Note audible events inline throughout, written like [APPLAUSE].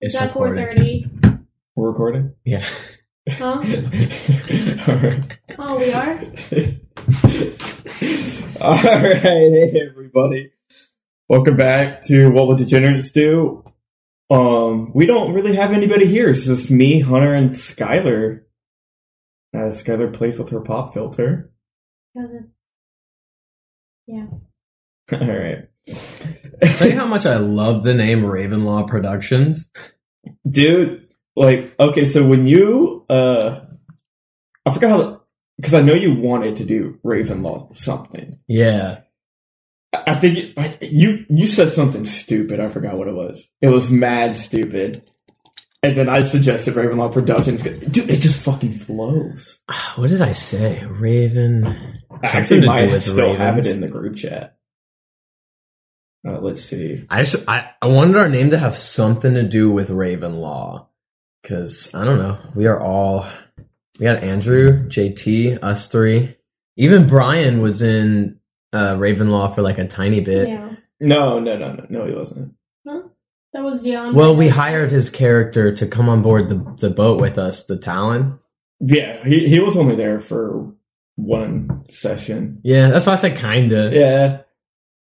It's Got four recording. thirty. We're [LAUGHS] recording? Yeah. [LAUGHS] Huh? Alright. Oh, we are? Alright, hey everybody. Welcome back to What Would Degenerates Do? Um, we don't really have anybody here. It's just me, Hunter, and Skylar. Uh, Skylar plays with her pop filter. [LAUGHS] Because it's Alright. [LAUGHS] Tell you how much I love the name Ravenlaw Productions. dude like okay so when you uh i forgot how because i know you wanted to do ravenlaw something Yeah. i I think you, I- you you said something stupid i forgot what it was it was mad stupid and then i suggested ravenlaw productions dude it just fucking flows Ah, What did I say? Raven. i Something actually to do might with still have it ravens. in the group chat uh, let's see I just I, I wanted our name to have something to do with Ravenlaw because I don't know. We are all we got Andrew, JT, us three. Even Brian was in uh, Ravenlaw for like a tiny bit. yeah. no no no no no he wasn't That was Dion. Well, we hired his character to come on board the, the boat with us, the Talon. yeah he, he was only there for one session Yeah, that's why I said kinda. yeah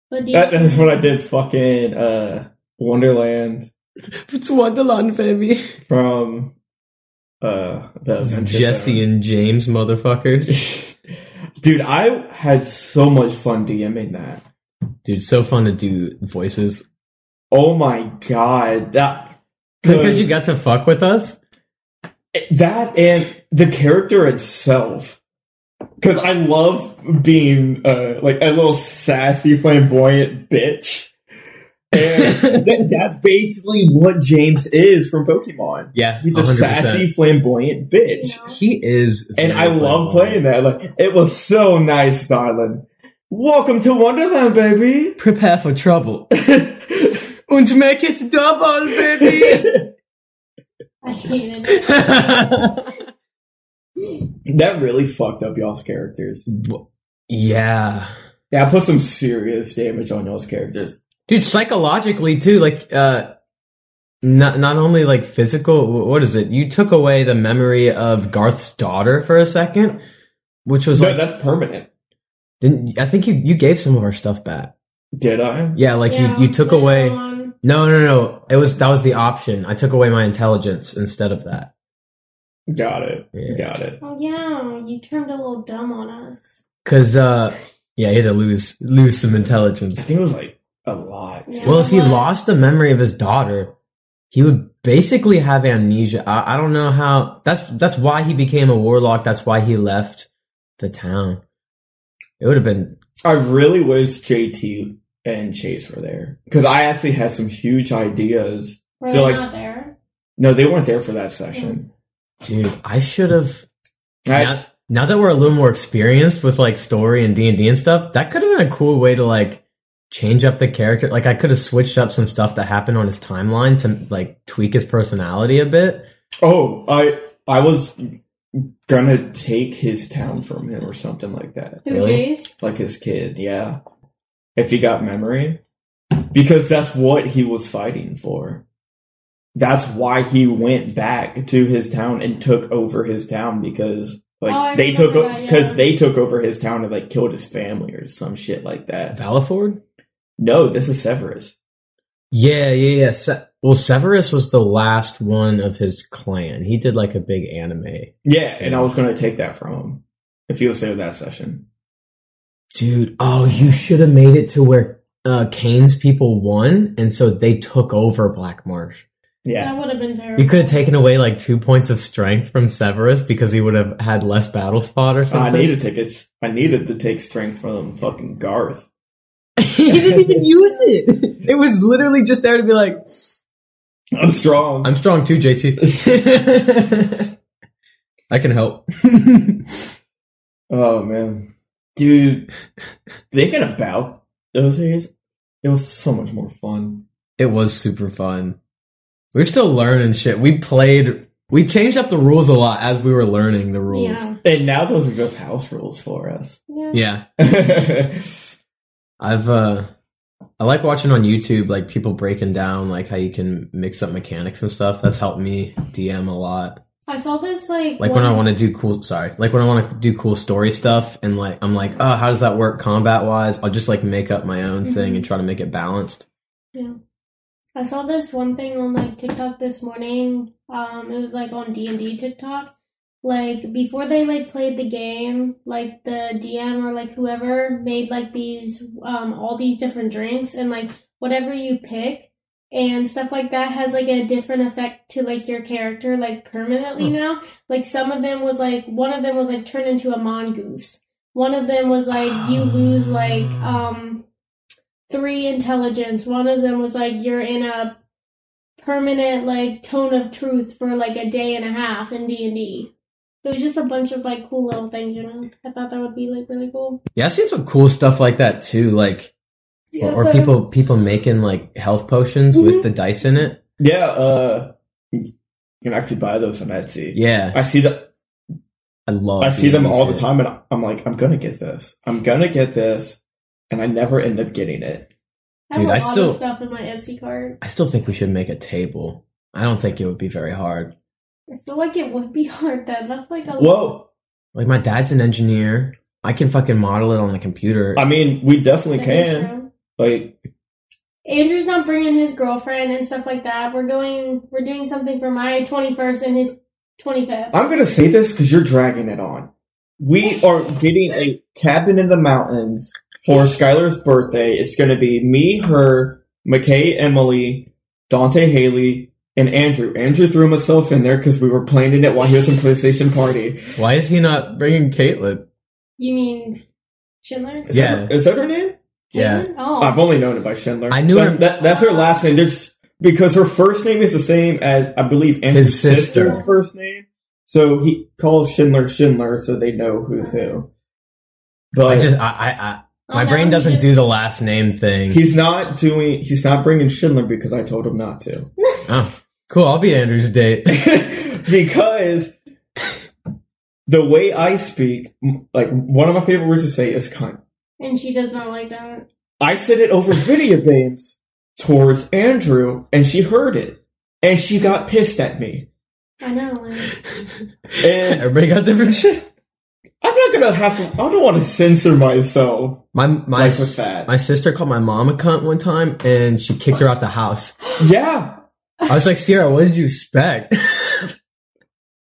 But Dion, That, that's what I did. Fucking uh, Wonderland It's Wonderland, baby. from uh, the Adventure Jesse and James, motherfuckers. Zone. [LAUGHS] Dude, I had so much fun DMing that. Dude, so fun to do voices. Oh my god, that Because you got to fuck with us? that and the character itself. Because I love being uh, like a little sassy, flamboyant bitch. [LAUGHS] And that, that's basically what James is from Pokemon. Yeah. He's a 100%. sassy, flamboyant bitch. you know, He is. very And I flamboyant. love playing that. Like it was so nice, darling. Welcome to Wonderland, baby. Prepare for [LAUGHS] trouble. And make it double, baby! that I hated it. [LAUGHS] really fucked up y'all's characters. [LAUGHS] yeah. Yeah, I put some serious damage on y'all's characters. Dude, psychologically, too, like, uh, not, not only like physical, wh- what is it? You took away the memory of Garth's daughter for a second, which was No, like, that's permanent. didn't, I think you, you gave some of our stuff back. Did I? Yeah, [LAUGHS] like Yeah, you, you took later away. on, No, no, no. It was that was the option. I took away my intelligence instead of that. Got it. Yeah. Got it. Oh yeah, you turned a little dumb on us. Cause uh yeah, he had to lose lose some I intelligence. think it was like a lot. Yeah. Well, if he What? lost the memory of his daughter, he would basically have amnesia. I, I don't know how that's that's why he became a warlock, that's why he left the town. It would have been I really wish JT and Chase were there because I actually had some huge ideas. Were So, they like- not there? No, they weren't there for that session. dude, I should have That's- now, now that we're a little more experienced with like story and D and D and stuff, that could have been a cool way to like change up the character. Like I could have switched up some stuff that happened on his timeline to like tweak his personality a bit. Oh, I I was gonna take his town from him or something like that. Who Really? Jace? Like his kid, yeah. If he got memory. Because that's what he was fighting for. That's why he went back to his town and took over his town because like Oh, I they took remember that, yeah. because they took over his town and like killed his family or some shit like that. Valiford? No, this is Severus. Yeah, yeah, yeah. Se- well, Severus was the last one of his clan. He did like a big anime. Yeah, and I was gonna take that from him if he was there that session. Dude, oh, you should have made it to where uh Kane's people won, and so they took over Black Marsh. Yeah. That would have been terrible. You could have taken away like two points of strength from Severus because he would have had less battle spot or I something. [LAUGHS] needed tickets. I needed to take strength from fucking Garth. [LAUGHS] he didn't even use it. It was literally just there to be like, I'm strong. I'm strong too, [LAUGHS] JT. I can help. [LAUGHS] oh man, dude, thinking about those days, it was so much more fun. it was super fun. We were still learning shit. We played, we changed up the rules a lot as we were learning the rules. Yeah. And now those are just house rules for us. Yeah. Yeah. yeah, I've, uh, I like watching on YouTube like people breaking down like how you can mix up mechanics and stuff. That's helped me DM a lot. I saw this like Like when I want to do cool sorry, like when I want to do cool story stuff and like I'm like, "Oh, how does that work combat wise?" I'll just like make up my own thing Mhm. and try to make it balanced. I saw this one thing on like TikTok this morning. Um, it was like on D and D TikTok. Like before they like played the game, like the DM or like whoever made like these um all these different drinks and like whatever you pick and stuff like that has like a different effect to like your character like permanently Hmm. now. Like some of them was like one of them was like turned into a mongoose. One of them was like you lose like um three intelligence. One of them was like you're in a permanent like tone of truth for like a day and a half in D and D. It was just a bunch of like cool little things, you know. I thought that would be like really cool. Yeah, I've seen some cool stuff like that too, like or, or people people making like health potions with Mhm. the dice in it. [LAUGHS] Yeah, uh, you can actually buy those on Etsy. Yeah, I see the I love I see them all the shit. time, and I'm like, I'm gonna get this. I'm gonna get this, and I never end up getting it. I have Dude, a I lot still- of stuff in my Etsy card. I still think we should make a table. I don't think it would be very hard. I feel like it would be [LAUGHS] hard though. That's like a Well, Like my dad's an engineer. I can fucking model it on the computer. I mean, we definitely that is can. true. Like, Andrew's not bringing his girlfriend and stuff like that. We're going. We're doing something for my twenty first and his twenty fifth. I'm gonna say this because you're dragging it on. We are getting a cabin in the mountains for Skylar's birthday. It's gonna be me, her, McKay, Emily, Dante, Haley, and Andrew. Andrew threw himself in there because we were planning it while he was in PlayStation Party. Why is he not bringing Caitlin? You mean Schindler? Is that- is that her name? Yeah. Caitlin? Oh, I've only known it by Schindler. I knew that, her- that- that's her last name. There's because her first name is the same as I believe Andrew's His sister. sister's first name. So he calls Schindler Schindler, so they know who's who. I But just I I, I Oh, my no, brain he doesn't just- do the last name thing. he's not doing. He's not bringing Schindler because I told him not to. [LAUGHS] Oh, cool. I'll be Andrew's date. [LAUGHS] because the way I speak, m- like one of my favorite words to say is kind. And she does not like that. I said it over video games towards Andrew, and she heard it, and she got pissed at me. I know. Like, [LAUGHS] And Everybody got different shit. I'm not gonna have to. I don't want to censor myself. My my Like with s- that, my sister called my mom a cunt one time, and she kicked her out the house. yeah. I was like, Sierra, what did you expect? [LAUGHS]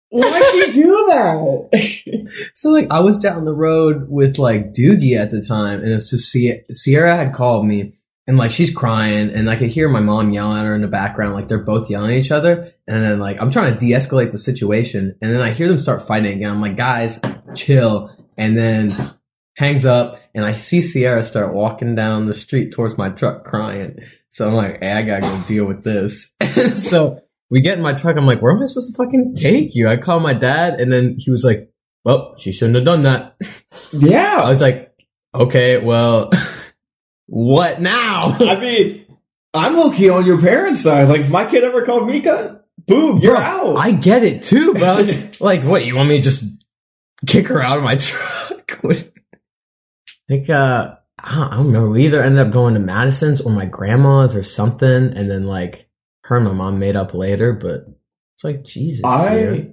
Why'd you do that? [LAUGHS] So like I was down the road with like Doogie at the time, and it's just Sie- Sierra had called me, and like she's crying, and I could hear my mom yelling at her in the background, like they're both yelling at each other, and then like I'm trying to de-escalate the situation, and then I hear them start fighting, and I'm like, guys, chill, and then hangs up, and I see Sierra start walking down the street towards my truck crying, so I'm like, hey, I gotta go deal with this, [LAUGHS] so. We get in my truck. I'm like, where am I supposed to fucking take you? I call my dad, and then he was like, well, she shouldn't have done that. I yeah. was like, okay, well, [LAUGHS] what now? [LAUGHS] I mean, I'm low key on your parents' side. Like, if my kid ever called me cunt, boom, you're Bro, out. I get it too, but I was like, what, you want me to just kick her out of my [LAUGHS] truck? What- I think, uh, I don't, I don't remember. We either ended up going to Madison's or my grandma's or something. And then, like, her and my mom made up later, but it's like, Jesus. Sierra.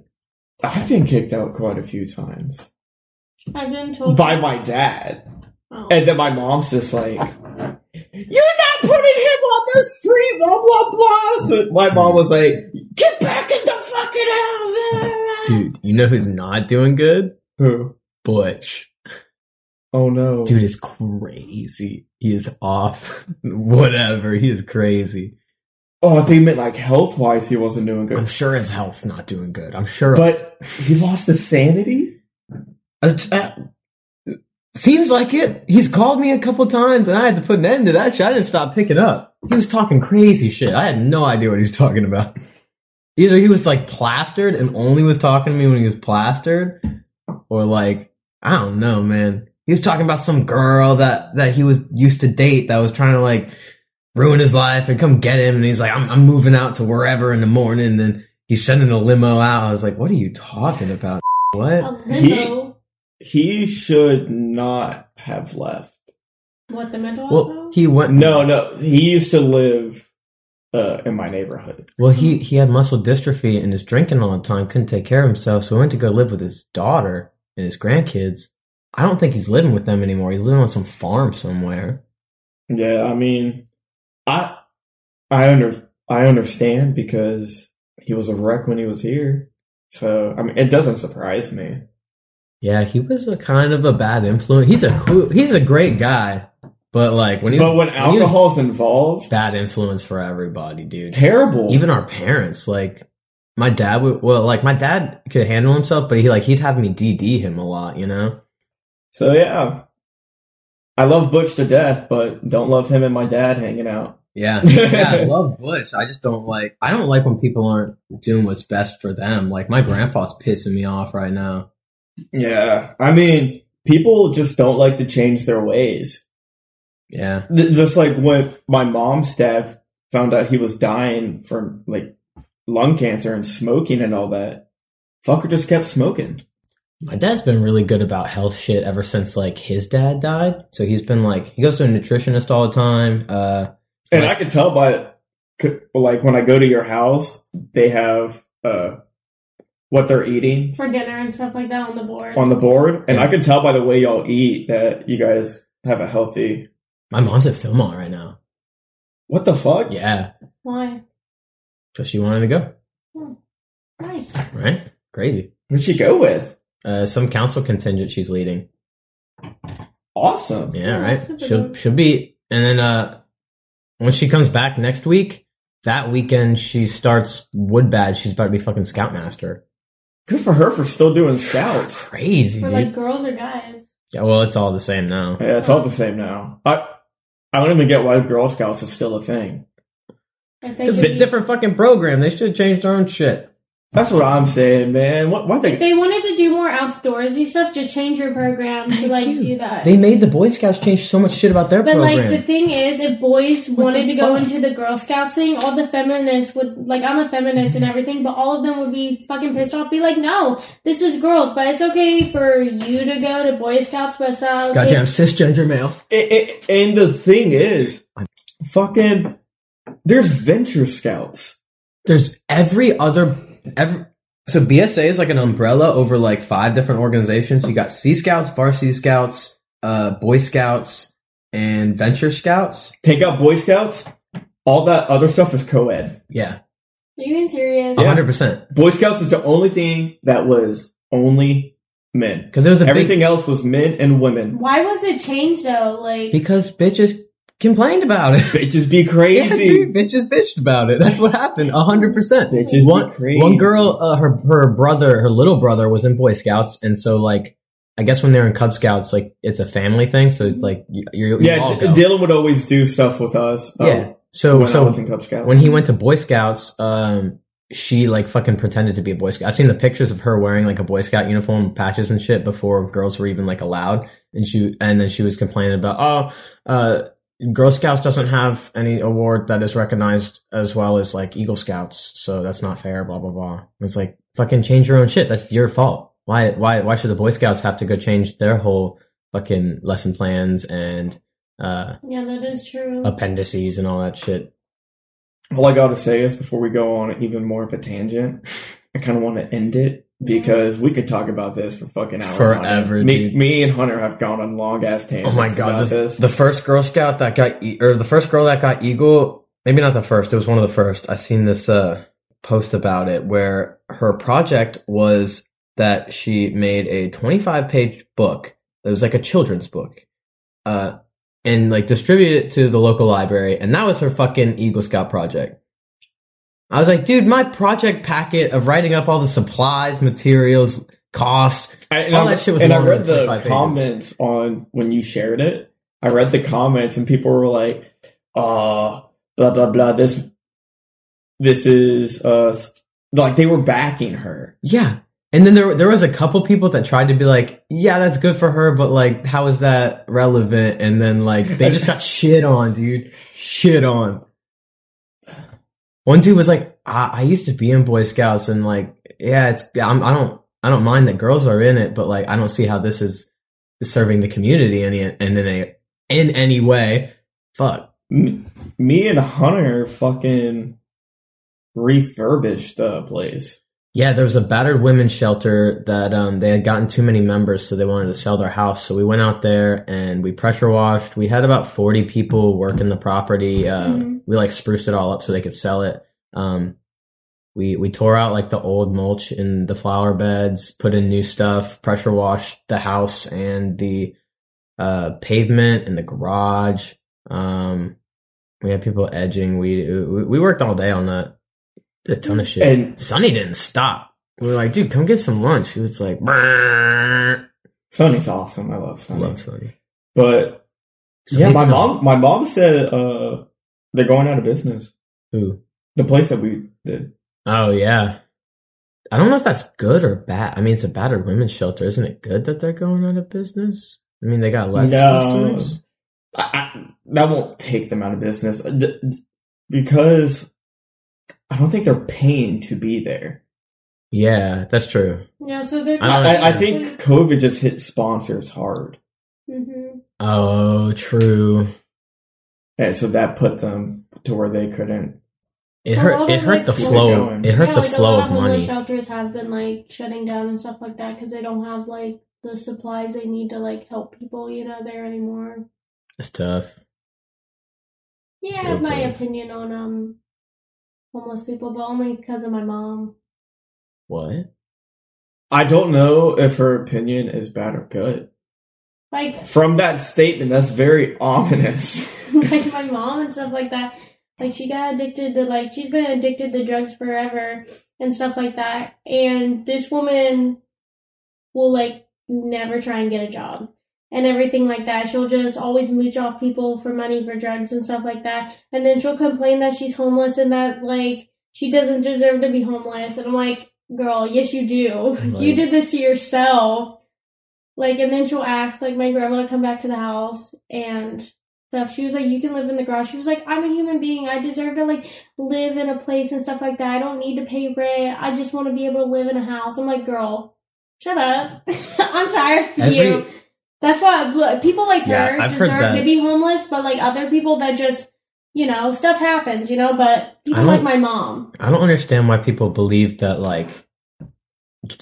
I, I've been kicked out quite a few times I've been told by my dad, Oh. and then my mom's just like, "You're not putting him on the street." Blah blah blah. So my mom was like, "Get back in the fucking house." Dude, you know who's not doing good? Who? Butch. Oh no, Dude is crazy. He is off. [LAUGHS] Whatever. He is crazy. Oh, I think he meant like health wise, he wasn't doing I'm good. sure his health's not doing good. I'm sure. But he lost his sanity. Uh, uh, seems like it. He's called me a couple times, and I had to put an end to that shit. I didn't stop picking up. He was talking crazy shit. I had no idea what he was talking about. Either he was like plastered and only was talking to me when he was plastered, or like I don't know, man. He was talking about some girl that that he was used to date that was trying to like ruin his life and come get him, and he's like, I'm, I'm moving out to wherever in the morning, and he's sending a limo out. I was like, What are you talking about? What? a limo. He should not have left. What the mental Well, hospital? he went. No, no. He used to live uh, in my neighborhood. Well, he he had muscle dystrophy and was drinking all the time. Couldn't take care of himself, so he went to go live with his daughter and his grandkids. I don't think he's living with them anymore. He's living on some farm somewhere. Yeah, I mean, I I under I understand because he was a wreck when he was here. So I mean, it doesn't surprise me. Yeah, he was a kind of a bad influence. He's a cool. He's a great guy, but like when he But was when he was- alcohol's involved, bad influence for everybody, dude. terrible. even our parents like my dad would well like my dad could handle himself but he like he'd have me dd him a lot you know so, yeah. I love Butch to death, but don't love him and my dad hanging out. [LAUGHS] yeah yeah i love bush i just don't like i don't like when people aren't doing what's best for them like my grandpa's pissing me off right now Yeah, I mean, people just don't like to change their ways. yeah Th- just like when my mom's dad found out he was dying from like lung cancer and smoking and all that fucker just kept smoking my dad's been really good about health shit ever since like his dad died so he's been like he goes to a nutritionist all the time uh and Right. i could tell by c- like when i go to your house they have uh what they're eating for dinner and stuff like that on the board. on the board and Yeah. i could tell by the way y'all eat that you guys have a healthy my mom's at philmont right now what the fuck yeah Why? so she wanted to go Nice. right crazy who'd she go with uh some council contingent she's leading awesome Yeah, Yeah, right. super She'll dope. she'll be and then uh when she comes back next week, that weekend she starts Woodbad. She's about to be fucking Scoutmaster. good for her for still doing scouts Crazy, For dude. like girls or guys. yeah, well, it's all the same now. yeah it's all the same now i i don't even get why girl scouts is still a thing If they It's could a be- different fucking program. They should have changed their own shit. That's what I'm saying, man. What? Why If they? they wanted to do more outdoorsy stuff, just change your program to Thank like you. do that. They made the Boy Scouts change so much shit about their But program. like the thing is, if boys What wanted the to go fuck? into the Girl Scout thing, all the feminists would like I'm a feminist and everything, but all of them would be fucking pissed off, be like, No, this is girls, but it's okay for you to go to Boy Scouts, but uh, it's not okay. Goddamn cisgender male. It, it, and the thing is, fucking, there's venture scouts. There's every other every so BSA is like an umbrella over like five different organizations. You got Sea Scouts, Varsity Scouts, uh, Boy Scouts, and Venture Scouts. Take out Boy Scouts. All that other stuff is co-ed. Yeah, Are you being serious? Yeah. hundred percent. Boy Scouts is the only thing that was only men. Because it was a Everything else was men and women. Why was it changed though? big, Like because bitches complained about it. [LAUGHS] Bitches be Yeah, crazy. dude, bitches bitched about it. That's what happened. hundred percent. Bitches one be crazy. one girl, uh, her her brother, her little brother was in Boy Scouts, and so like I guess when they're in Cub Scouts, like it's a family thing. So like you, you're you Yeah, all D- go. Dylan would always do stuff with us. um, yeah. So When I so was in Cub Scouts. when he went to Boy Scouts, um, she like fucking pretended to be a Boy Scout. I've seen the pictures of her wearing like a Boy Scout uniform, patches and shit before girls were even like allowed. And she and then she was complaining about oh, uh, Girl Scouts doesn't have any award that is recognized as well as like Eagle Scouts, so that's not fair. Blah blah blah. And it's like fucking change your own shit. That's your fault. Why why why should the Boy Scouts have to go change their whole fucking lesson plans and uh, Yeah, that is true. appendices and all that shit? All I gotta say is before we go on even more of a tangent, I kind of want to end it because we could talk about this for fucking hours. on end. Forever, Me, dude. me and Hunter have gone on long ass Oh tangents. my god! about This, this, The first Girl Scout that got, e- or the first girl that got eagle, maybe not the first. It was one of the first. I seen this uh, post about it where her project was that she made a 25 page book that was like a children's book, uh, and like distributed it to the local library, and that was her fucking Eagle Scout project. I was like, dude, my project packet of writing up all the supplies, materials, costs, I, and all I- that shit was And I longer read than the 25 pages. comments on when you shared it. I read the comments and people were like, "Uh, blah blah blah." This, this is uh, s- like they were backing her. Yeah. And then there there was a couple people that tried to be like, yeah, that's good for her, but like how is that relevant? And then like they just got shit on, dude. Shit on. One dude was like, I, I used to be in Boy Scouts and like, yeah, it's I'm, I don't I don't mind that girls are in it, but like I don't see how this is serving the community any in any in any way. Fuck. M- me and Hunter fucking refurbished the place. Yeah, there was a battered women's shelter that um, they had gotten too many members, so they wanted to sell their house. So we went out there and we pressure washed. We had about 40 people working the property. Uh, Mhm. We like spruced it all up so they could sell it. Um, we we tore out like the old mulch in the flower beds, put in new stuff, pressure washed the house and the uh, pavement and the garage. Um, we had people edging. We we, we worked all day on that. Did a ton of shit. And Sonny didn't stop. We were like, dude, come get some lunch. He was like, "Brrr." Sonny's awesome. I love I Sonny. love Sonny. But Sonny's my not- mom, my mom said uh, they're going out of business. Who? The place that we did. Oh, yeah. I don't know if that's good or bad. I mean, it's a battered women's shelter. Isn't it good that they're going out of business? I mean, they got less No. customers. I, I, that won't take them out of business Uh, th- th- because I don't think they're paying to be there. Yeah, that's true. Yeah, so they're. I don't I, I, I completely- think COVID just hit sponsors hard, Mhm. Oh, true. and so that put them to where they couldn't. It A hurt. lot It of, hurt like, the people- flow. It hurt yeah, the like a flow lot of homeless money. shelters have been like shutting down and stuff like that because they don't have like the supplies they need to like help people, you know, there anymore. It's tough. Yeah, Okay. my opinion on um homeless people, but only because of my mom. What? I don't know if her opinion is bad or good. Like From that statement, that's very ominous. [LAUGHS] like my mom and stuff like that. Like she got addicted to like she's been addicted to drugs forever and stuff like that. And this woman will like never try and get a job and everything like that. She'll just always mooch off people for money for drugs and stuff like that. And then she'll complain that she's homeless and that like she doesn't deserve to be homeless. And I'm like, girl, yes you do. [LAUGHS] You Right. did this to yourself. Like and then she'll ask like my grandma to come back to the house and stuff. She was like, "You can live in the garage." She was like, "I'm a human being. I deserve to like live in a place and stuff like that. I don't need to pay rent. I just want to be able to live in a house." I'm like, "Girl, shut up. [LAUGHS] I'm tired of you." Every- That's why look, people like Yeah, her I've heard deserve to that. be homeless, but like other people that just you know stuff happens, you know. But people I like don't- my mom, I don't understand why people believe that like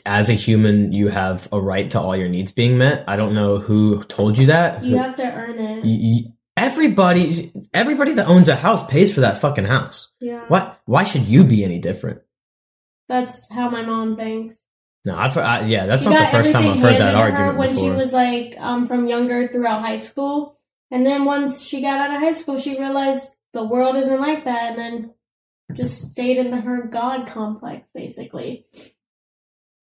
as a human you have a right to all your needs being met. I don't know who told you that. you have to earn it. Y- y- everybody everybody that owns a house pays for that fucking house. Yeah, What why should you be any different? that's how my mom thinks. No, I've heard, I, yeah, that's She not got the first time I've everything heard that handed to her argument when before. she was like um, from younger throughout high school, and then once she got out of high school, she realized the world isn't like that, and then just stayed in the, her god complex basically.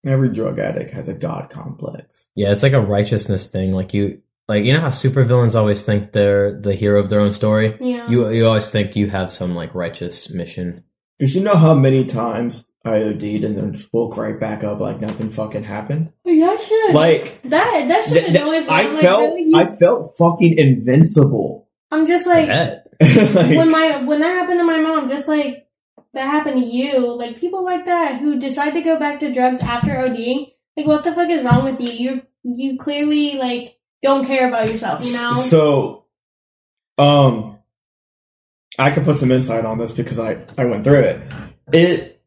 Every drug addict has a god complex. Yeah, it's like a righteousness thing. Like you like you know how supervillains always think they're the hero of their own story? Yeah, You you always think you have some like righteous mission. Because you know how many times I OD'd and then just woke right back up like nothing [LAUGHS] fucking happened? yeah, shit. Like, that that th- shit th- annoys me. I I'm like, felt really? You- I felt fucking invincible. [LAUGHS] I'm just like, Yeah. Like, when my when that happened to my mom, just like that happened to you, like people like that who decide to go back to drugs after ODing, like what the fuck is wrong with you? You you clearly like don't care about yourself, you know? So, um, I can put some insight on this because I I went through it. It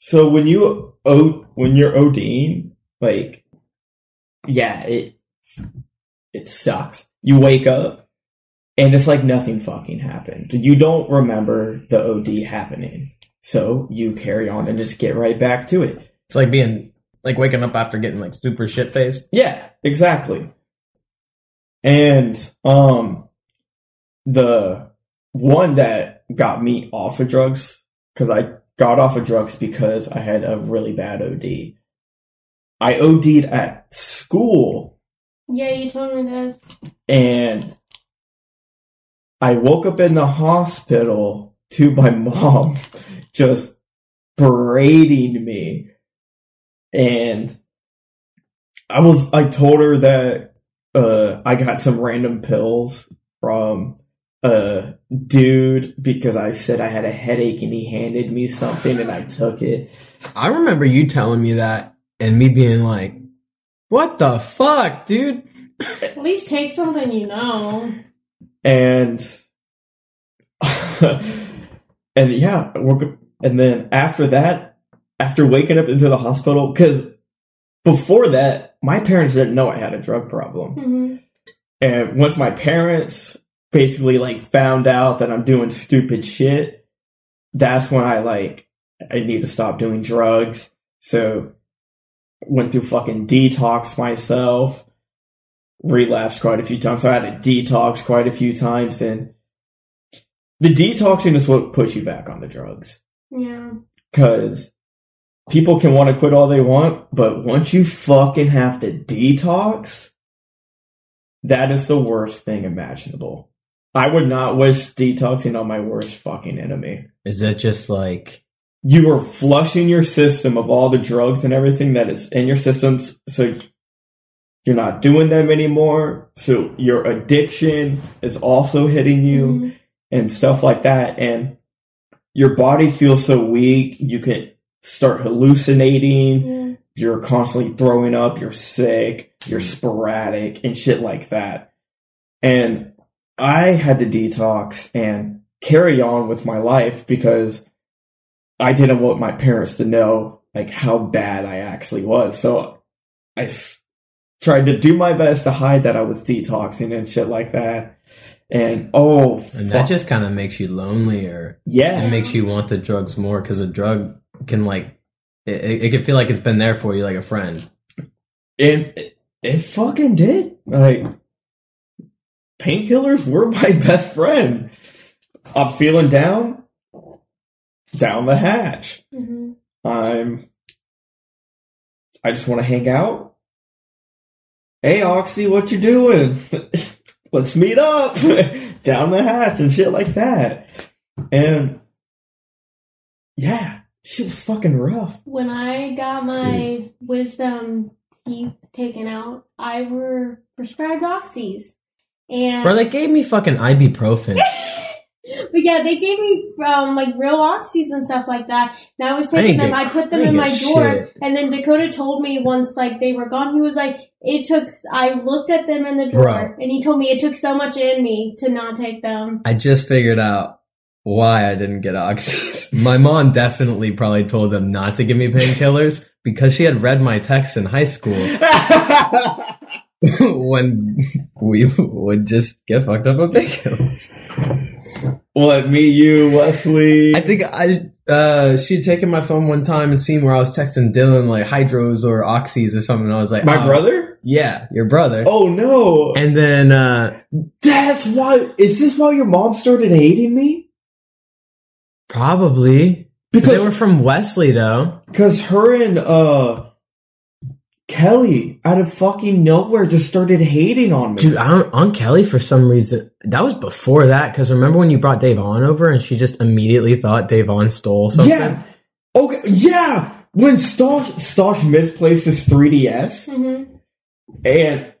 so when you o when you're ODing, like yeah, it it sucks. You wake up and it's like nothing fucking happened. You don't remember the OD happening, so you carry on and just get right back to it. It's like being like waking up after getting like super shit faced. Yeah, exactly. And um the one that got me off of drugs cuz I got off of drugs because I had a really bad OD. I OD'd at school yeah, you told me this. and I woke up in the hospital to my [LAUGHS] mom just berating me. And I was, I told her that, uh, I got some random pills from a dude because I said I had a headache and he handed me something and I took it. I remember you telling me that and me being like, What the fuck, dude? At least take something you know. and [LAUGHS] and yeah, woke up, and then after that, after waking up into the hospital, because before that, my parents didn't know I had a drug problem, hmm and once my parents basically like found out that I'm doing stupid shit, that's when I like I need to stop doing drugs. So went through fucking detox myself, relapsed quite a few times. So I had to detox quite a few times and the detoxing is what puts you back on the drugs. Yeah. Cause people can want to quit all they want, but once you fucking have to detox, that is the worst thing imaginable. I would not wish detoxing on my worst fucking enemy. Is that just like You are flushing your system of all the drugs and everything that is in your systems, so you're not doing them anymore. So your addiction is also hitting you Mhm. and stuff like that. And your body feels so weak, you can start hallucinating. Mm-hmm. Yeah. You're constantly throwing up, you're sick, you're sporadic, and shit like that. And I had to detox and carry on with my life because I didn't want my parents to know like how bad I actually was. So I s- tried to do my best to hide that I was detoxing and shit like that. And oh, and that fuck. just kind of makes you lonelier. Yeah. It makes you want the drugs more because a drug can like it, it, it can feel like it's been there for you like a friend. And it, it fucking did. Like, painkillers were [LAUGHS] my best friend. I'm feeling down, down the hatch. hmm I'm, I just want to hang out. Hey, Oxy, what you doing? [LAUGHS] Let's meet up [LAUGHS] down the hatch and shit like that. And yeah, she was fucking rough. [LAUGHS] When I got my wisdom teeth taken out, I were prescribed oxys. And Bro, they gave me fucking ibuprofen. But yeah, they gave me um, like real oxys and stuff like that. And I was I taking didn't them. get- I put I them didn't in get my drawer. shit. And then Dakota told me once, like they were gone. He was like, "It took." s- I looked at them in the Bro. drawer, and he told me it took so much in me to not take them. I just figured out why I didn't get oxys. [LAUGHS] my mom definitely probably told them not to give me painkillers because she had read my texts in high school [LAUGHS] when we would just get fucked up on painkillers. [LAUGHS] well, it me, you, Wesley. I think I uh she had taken my phone one time and seen where I was texting Dylan like hydros or oxys or something. I was like, My oh, brother? Yeah, your brother. Oh no! And then uh That's why. Is this why your mom started hating me? [LAUGHS] probably but they Because were from Wesley though. because her and uh Kelly out of fucking nowhere just started hating on me. Dude, I don't, Aunt Kelly for some reason that was before that because remember when you brought Dave on over and she just immediately thought Dave on stole something. yeah. Okay. Yeah. When Stosh Stosh misplaced his 3ds hmm and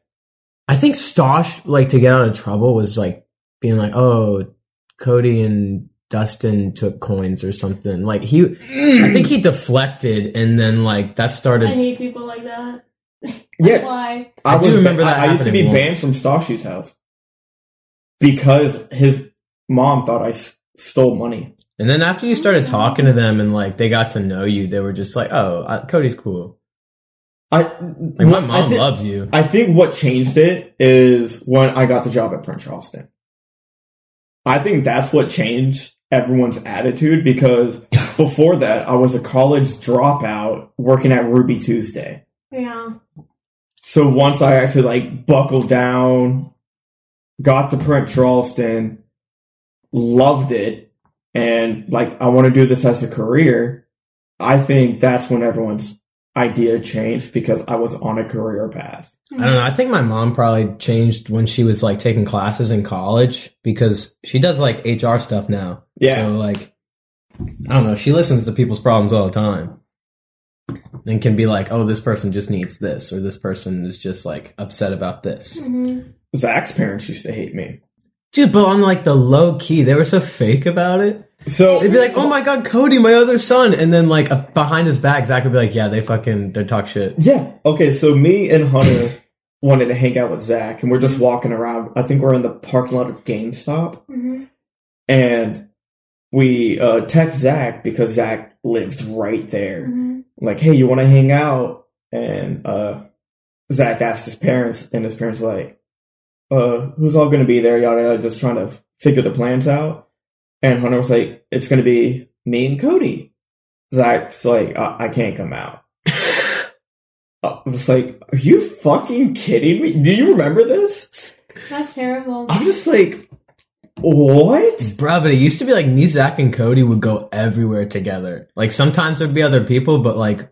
I think Stosh like to get out of trouble was like being like, oh, Cody and Dustin took coins or something. Like he, I think he deflected and then like that I started. hate people like that. yeah, Why? I, I do was, remember I- that I, used to be happening banned from Stosh's house because his mom thought I s- stole money. And then after you started talking to them and like they got to know you, they were just like, oh, I, Cody's cool. I Like my what- I mom thi- loves you. I think what changed it is when I got the job at Prince Charleston. I think that's what changed everyone's attitude because before that, I was a college dropout working at Ruby Tuesday. Yeah. So once I actually like buckled down, got to Prince Charleston, loved it, and like I want to do this as a career, I think that's when everyone's idea changed because I was on a career path. I don't know. I think my mom probably changed when she was like taking classes in college because she does like HR stuff now. Yeah. So like, I don't know. She listens to people's problems all the time and can be like, oh, this person just needs this or this person is just like upset about this. hmm Zach's parents used to hate me. Dude, but on like the low key, they were so fake about it. So They'd be like, "Oh my god, Cody, my other son," and then like uh, behind his back, Zach would be like, "Yeah, they fucking they talk shit." yeah, okay. So me and Hunter wanted to hang out with Zach, and we're just walking around. I think we're in the parking lot of GameStop, Mhm. and we uh, text Zach because Zach lived right there. Mhm. like, hey, you want to hang out? And uh, Zach asked his parents, and his parents were like, uh, who's all going to be there? Yada yada, just trying to figure the plans out. And Hunter was like, it's going to be me and Cody. Zach's like, I, I can't come out. I was like, are you fucking kidding me? Do you remember this? That's terrible. I'm just like, what? Bruh, but it used to be like me, Zach, and Cody would go everywhere together. Like sometimes there'd be other people, but like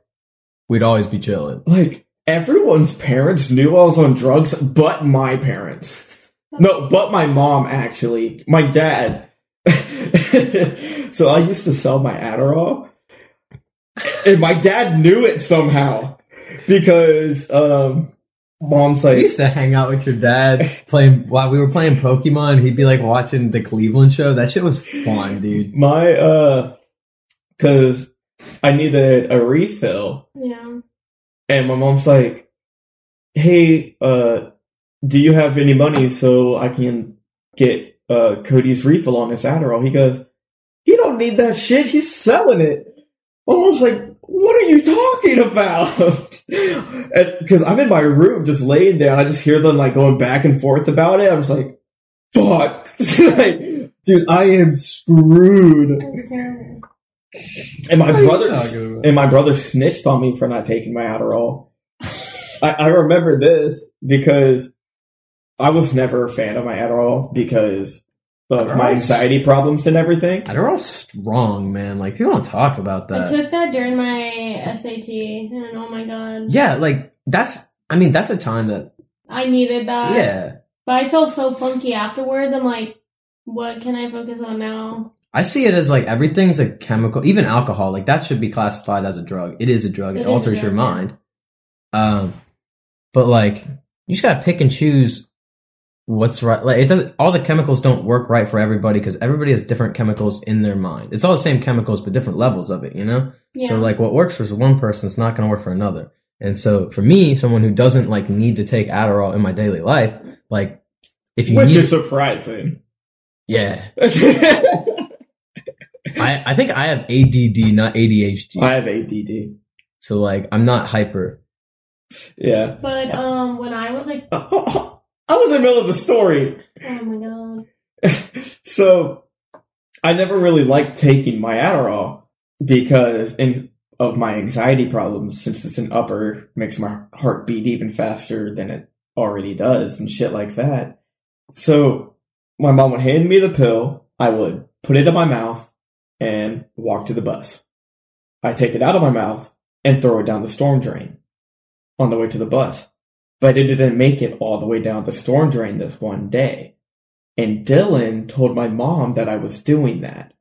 we'd always be chilling. like everyone's parents knew I was on drugs, but my parents. No, but my mom actually, my dad. [LAUGHS] so I used to sell my Adderall, and my dad knew it somehow because um, mom's I like, used to hang out with your dad playing while we were playing Pokemon. He'd be like watching the Cleveland show. That shit was fun, dude. my uh, because I needed a refill, Yeah. And my mom's like, "Hey, uh, do you have any money so I can get uh, Cody's refill on his Adderall?" He goes, "He don't need that shit. He's selling it." My mom's like, "What are you talking about?" [LAUGHS] Because I'm in my room just laying there, and I just hear them like going back and forth about it. I'm just like, "Fuck." [LAUGHS] like, Dude, I am screwed. That's terrible. And my What are you brother's talking about? and my brother snitched on me for not taking my Adderall. I, I remember this because I was never a fan of my Adderall because of my Adderall's- anxiety problems and everything. Adderall's strong, man. Like people don't talk about I that. took that during my SAT, and oh my god, yeah, like that's. I mean, that's a time that. I needed that. yeah, But I felt so funky afterwards. I'm like, what can I focus on now? I see it as like everything's a chemical, even alcohol. Like that should be classified as a drug. It is a drug. It It, is a alters your drug, yeah. mind. Um, but like you just gotta pick and choose what's right. Like it doesn't. All the chemicals don't work right for everybody because everybody has different chemicals in their mind. It's all the same chemicals, but different levels of it. You know. Yeah. So like what works for one person is not going to work for another. And so for me, someone who doesn't like need to take Adderall in my daily life, like if you Which need, is surprising. [LAUGHS] yeah, I I, I think I have ADD, not ADHD. have ADD. so like I'm not hyper. Yeah. [LAUGHS] but um, when I was like, I was in the middle of the story. oh my god, so I never really liked taking my Adderall because in, of my anxiety problems, since it's an upper, makes my heart beat even faster than it already does and shit like that. So my mom would hand me the pill, I would put it in my mouth and walk to the bus. I take it out of my mouth and throw it down the storm drain on the way to the bus. But it didn't make it all the way down the storm drain this one day and Dylan told my mom that I was doing that.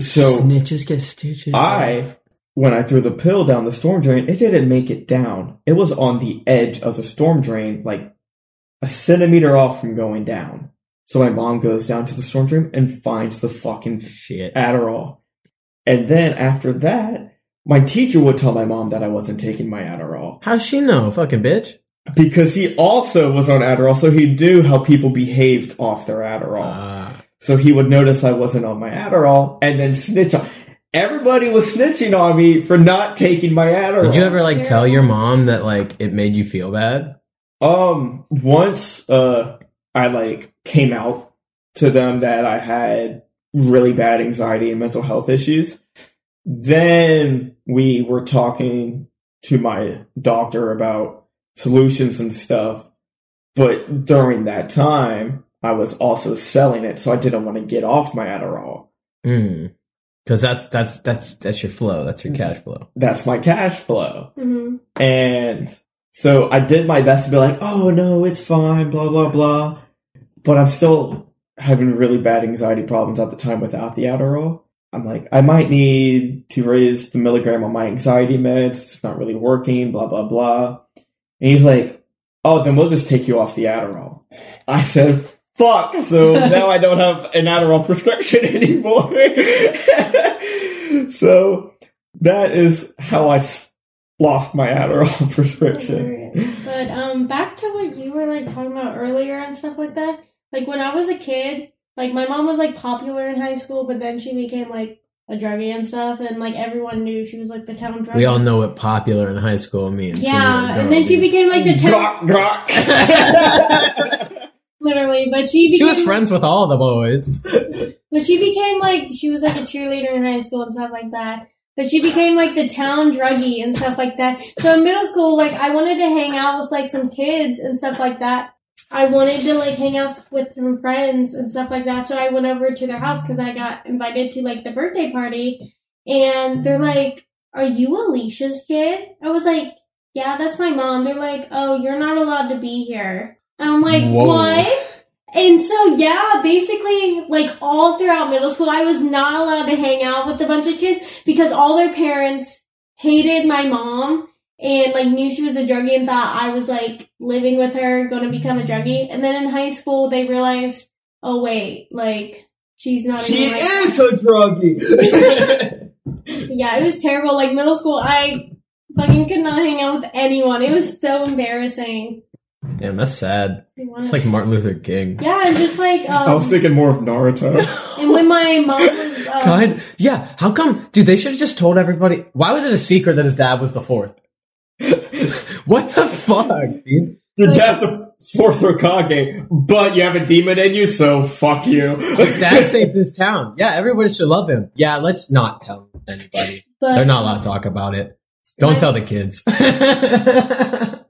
So snitches get stitches. I, when I threw the pill down the storm drain, it didn't make it down. It was on the edge of the storm drain, like a centimeter off from going down. So my mom goes down to the storm drain and finds the fucking shit. Adderall. And then after that, my teacher would tell my mom that I wasn't taking my Adderall How's she know? Fucking bitch. because he also was on Adderall, so he knew how people behaved off their Adderall. Ah. So he would notice I wasn't on my Adderall and then snitch on. Everybody was snitching on me for not taking my Adderall. did you ever like Terrible. tell your mom that like it made you feel bad? Um, once uh, I like came out to them that I had really bad anxiety and mental health issues. Then we were talking to my doctor about solutions and stuff. But during that time, I was also selling it, so I didn't want to get off my Adderall. Mm. Cause that's, that's, that's, that's your flow. That's your cash flow. That's my cash flow. hmm And so I did my best to be like, oh no, it's fine, blah, blah, blah. But I'm still having really bad anxiety problems at the time without the Adderall. I'm like, I might need to raise the milligram on my anxiety meds. It's not really working, blah, blah, blah. And he's like, oh, then we'll just take you off the Adderall. [LAUGHS] I said, fuck. So now I don't have an Adderall prescription [LAUGHS] anymore. so that is how I s- lost my Adderall [LAUGHS] prescription. But um, back to what you were like talking about earlier and stuff like that. Like when I was a kid, like my mom was like popular in high school, but then she became like a druggie and stuff, and like everyone knew she was like the town druggie. We all know what popular in high school means. Yeah, and then she became like the town, Grok, [LAUGHS] grok. literally. But she became, She was friends with all the boys. But she became like she was like a cheerleader in high school and stuff like that. But she became like the town druggie and stuff like that. So in middle school, like I wanted to hang out with like some kids and stuff like that. I wanted to like hang out with some friends and stuff like that. So I went over to their house because I got invited to like the birthday party. And they're like, "Are you Alicia's kid?" I was like, "Yeah, that's my mom." They're like, "Oh, you're not allowed to be here." I'm like, Whoa. "What?" And so, yeah, basically, like all throughout middle school, I was not allowed to hang out with a bunch of kids because all their parents hated my mom and like knew she was a druggie and thought I was like living with her, going to become a druggie. And then in high school, they realized, oh wait, like she's not. she even, like- is a druggie. yeah, it was terrible. Like middle school, I fucking could not hang out with anyone. It was so embarrassing. [LAUGHS] Damn, that's sad. It's like Martin Luther King. yeah, and just like I was um, thinking more of Naruto. and when my mom [LAUGHS] was um, God, yeah. How come, dude? They should have just told everybody. Why was it a secret that his dad was the fourth? [LAUGHS] what the fuck, dude? You're just a fourth Hokage, but you have a demon in you, so fuck you. His dad [LAUGHS] saved his town. Yeah, everybody should love him. Yeah, let's not tell anybody. but, They're not allowed to talk about it. Don't tell the kids. [LAUGHS] But